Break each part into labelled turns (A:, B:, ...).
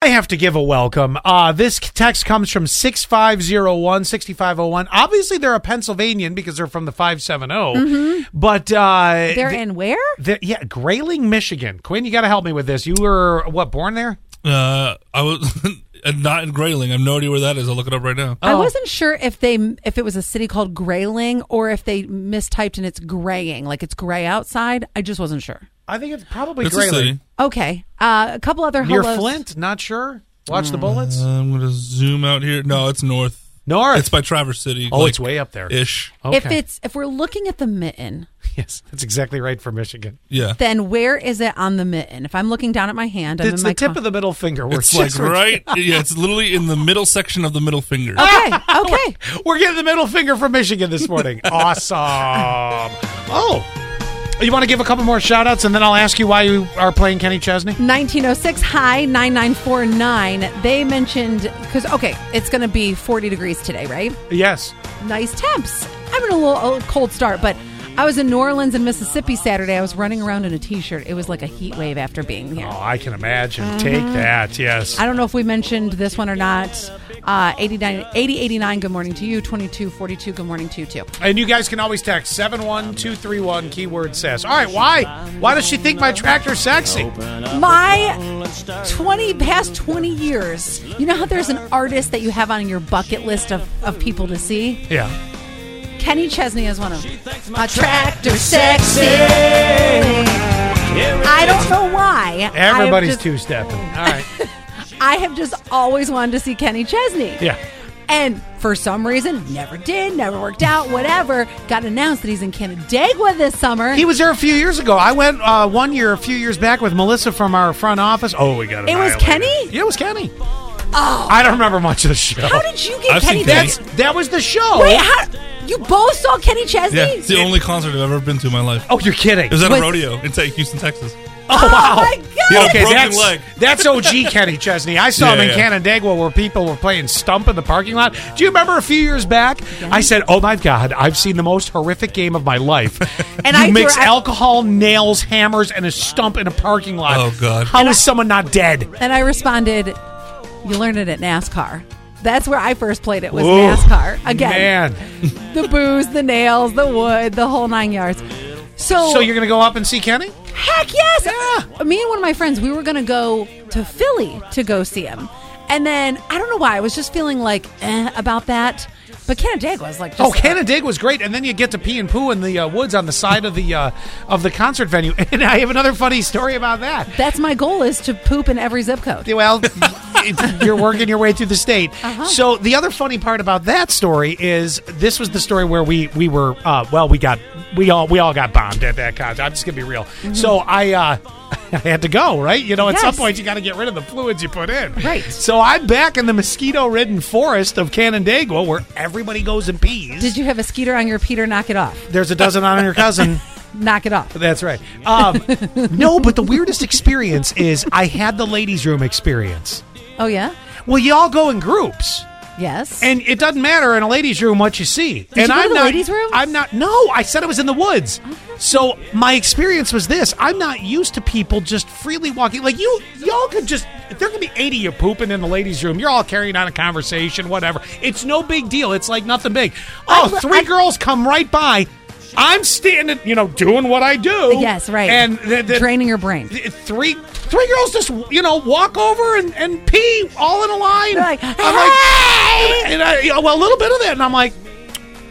A: I have to give a welcome. Uh, this text comes from 6501, 6501. Obviously, they're a Pennsylvanian because they're from the 570. But uh,
B: Mm-hmm. They're
A: th-
B: in where?
A: th- yeah, Grayling, Michigan. Quinn, you got to help me with this. You were, what, born there?
C: Uh, I was and not in Grayling. I have no idea where that is. I'll look it up right now.
B: I
A: Oh.
B: wasn't sure if they if it was a city called Grayling or if they mistyped and it's graying, like it's gray outside. I just wasn't sure.
A: I think it's probably
C: It's a
A: Grayling.
C: city.
B: Okay, uh, a couple other
A: Near
B: hellos.
A: Flint? Not sure. Watch
C: Mm.
A: the bullets.
C: I'm gonna zoom out here. No, it's north.
A: North.
C: It's by Traverse City.
A: Oh, it's way up there. Oh.
C: Ish.
B: If it's if we're looking at the mitten,
A: yes, that's exactly right for Michigan.
C: Yeah.
B: then where is it on the mitten? If I'm looking down at my hand, I'm
A: It's
B: in my
A: the tip
B: con-
A: of the middle finger. We're
C: It's like
A: just- we're-
C: right. Yeah, it's literally in the middle section of the middle finger.
A: Oh, Ah!
B: Okay, okay.
A: We're getting the middle finger from Michigan this morning. awesome. Oh, you want to give a couple more shout outs and then I'll ask you why you are playing Kenny Chesney?
B: 1906 high 9949 they mentioned because okay it's gonna be 40 degrees today right
A: Yes.
B: nice temps i'm in a little a cold start but i was in new orleans and mississippi saturday i was running around in a t-shirt it was like a heat wave after being here
A: Oh, I can imagine. Take that. Yes.
B: i don't know if we mentioned this one or not uh 89 8089 good morning to you 2242 good morning to you too
A: And you guys can always text 71231 keyword says. All right, why? Why does she think my tractor's sexy?
B: my 20 past 20 years you know how there's an artist that you have on your bucket list of, of people to see
A: Yeah.
B: Kenny Chesney is one of them. A tractor sexy. I don't know why.
A: Everybody's
B: I have just,
A: two stepping. All right.
B: I have just always wanted to see Kenny Chesney.
A: Yeah.
B: And for some reason, never did, never worked out, whatever. Got announced that he's in Canandaigua this summer.
A: He was there a few years ago. I went uh, one year, a few years back, with Melissa from our front office. Oh, we got
B: It was
A: annihilated.
B: Kenny?
A: Yeah, it was Kenny. Oh, I don't remember much of the show.
B: how did you get
C: I've
B: Kenny
C: seen Kenny.
A: That's
B: Chesney?
A: that was the show.
B: Wait, how, you both saw Kenny Chesney?
C: Yeah, it's the only concert I've ever been to in my life.
A: Oh, you're kidding.
C: It was at
B: Wait.
C: a rodeo in Te- Houston, Texas.
B: oh,
A: wow.
B: my God.
C: Yeah,
A: okay,
C: broken
A: that's
C: leg.
A: that's OG Kenny Chesney. I saw him
C: Yeah,
A: in
C: yeah.
A: Canandaigua where people were playing stump in the parking lot. Do you remember a few years back? I said, "Oh my God, I've seen the most horrific game of my life."
B: And
A: you
B: I
A: mix
B: threw- I-
A: alcohol, nails, hammers, and a stump in a parking lot.
C: Oh, God.
A: How is someone not dead?
B: And I responded, "You learned it at NASCAR. That's where I first played it was
A: Ooh,
B: NASCAR again.
A: Man,
B: The booze, the nails, the wood, the whole nine yards." So,
A: so you're gonna go up and see Kenny?
B: heck yes. Me and one of my friends, we were gonna go to Philly to go see him, and then I don't know why I was just feeling like eh, about that. But Canandaigua was like, just,
A: Oh, Canandaigua was great, and then you get to pee and poo in the uh, woods on the side of the uh, of the concert venue. And I have another funny story about that.
B: That's my goal is to poop in every zip code.
A: Well, it- you're working your way through the state.
B: Uh-huh.
A: So the other funny part about that story is this was the story where we we were uh, well we got we all we all got bombed at that concert. I'm just gonna be real. So I. Uh, I had to go, right? You know, at some
B: Mm-hmm. Yes.
A: point you got to get rid of the fluids you put in.
B: Right.
A: So I'm back in the mosquito-ridden forest of Canandaigua, where everybody goes and pees.
B: Did you have a skeeter on your Peter? Knock it off.
A: There's a dozen on your cousin.
B: Knock it off.
A: That's right. Um, no, but the weirdest experience is I had the ladies' room experience.
B: Oh yeah.
A: Well, you all go in groups,
B: Yes.
A: and it doesn't matter in a ladies' room what you see. and
B: you go to
A: I'm
B: the
A: not,
B: ladies' room?
A: I'm not. No, I said it was in the woods. So my experience was this: I'm not used to people just freely walking. Like you, y'all could just. There could be 80 of you pooping in the ladies' room. You're all carrying on a conversation, whatever. It's no big deal. It's like nothing big. Oh,
B: lo-
A: three
B: I-
A: girls come right by. I'm standing, you know, doing what I do.
B: Yes, right.
A: And the, the,
B: draining your brain.
A: th- three three girls just you know walk over and, and pee all in a line.
B: They're like,
A: I'm like, and I, you know, well, a little bit of that, and I'm like,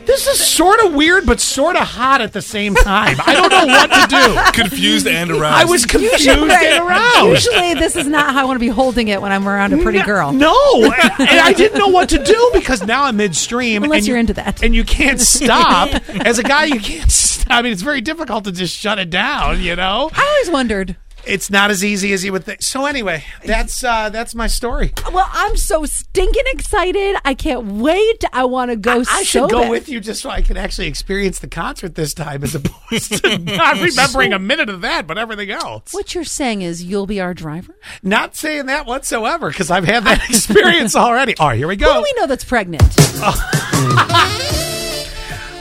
A: this is sort of weird, but sort of hot at the same time. I don't know what to do.
C: Confused and aroused.
A: I was confused and aroused.
B: Usually, this is not how I want to be holding it when I'm around a pretty
A: No-
B: girl.
A: No, and and I didn't know what to do because now I'm midstream.
B: Unless
A: and
B: you're into that.
A: and you can't stop. As a guy, you can't. St- I mean, it's very difficult to just shut it down. You know,
B: I always wondered.
A: it's not as easy as you would think. So anyway, that's uh, that's my story.
B: Well, I'm so stinking excited. I can't wait. I want to go.
A: I
B: so
A: should go
B: bad.
A: with you just so I can actually experience the concert this time as opposed to not remembering a minute of that, but everything else.
B: What you're saying is you'll be our driver.
A: Not saying that whatsoever because I've had that experience already. All right, here we
B: Who
A: go.
B: do we know that's pregnant?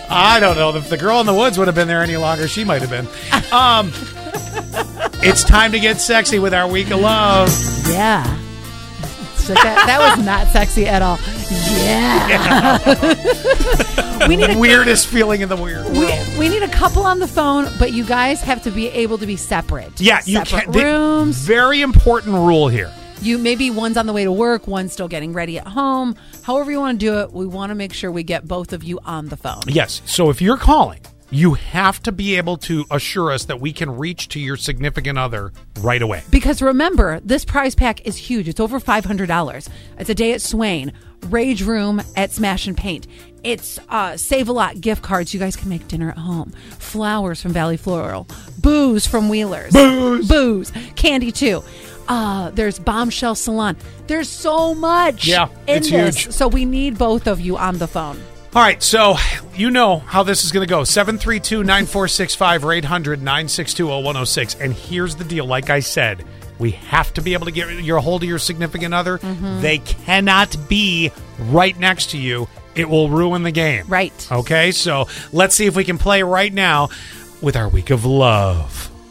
A: I don't know. If the girl in the woods would have been there any longer, she might have been. Um, it's time to get sexy with our week of love.
B: Yeah. Like that, that was not sexy at all. Yeah. we need a
A: Weirdest feeling in the weird
B: we,
A: world.
B: we need a couple on the phone, but you guys have to be able to be separate.
A: Yeah, you
B: separate
A: can't.
B: rooms.
A: Very important rule here.
B: you maybe one's on the way to work, one's still getting ready at home. However you want to do it, we want to make sure we get both of you on the phone.
A: Yes. So if you're calling, you have to be able to assure us that we can reach to your significant other right away.
B: Because remember, this prize pack is huge. It's over five hundred dollars. It's a day at Swain, Rage Room at Smash and Paint. It's uh, Save a Lot gift cards. You guys can make dinner at home. Flowers from Valley Floral, booze from Wheelers, booze, booze, candy too. Uh, there's Bombshell Salon. There's so much.
A: Yeah,
B: in
A: it's
B: this.
A: huge.
B: So we need both of you on the phone.
A: All right, so you know how this is going to go 732 9465 or 800 962 0106. And here's the deal like I said, we have to be able to get your hold of your significant other. They cannot be right next to you, it will ruin the game.
B: Right.
A: Okay, so let's see if we can play right now with our week of love.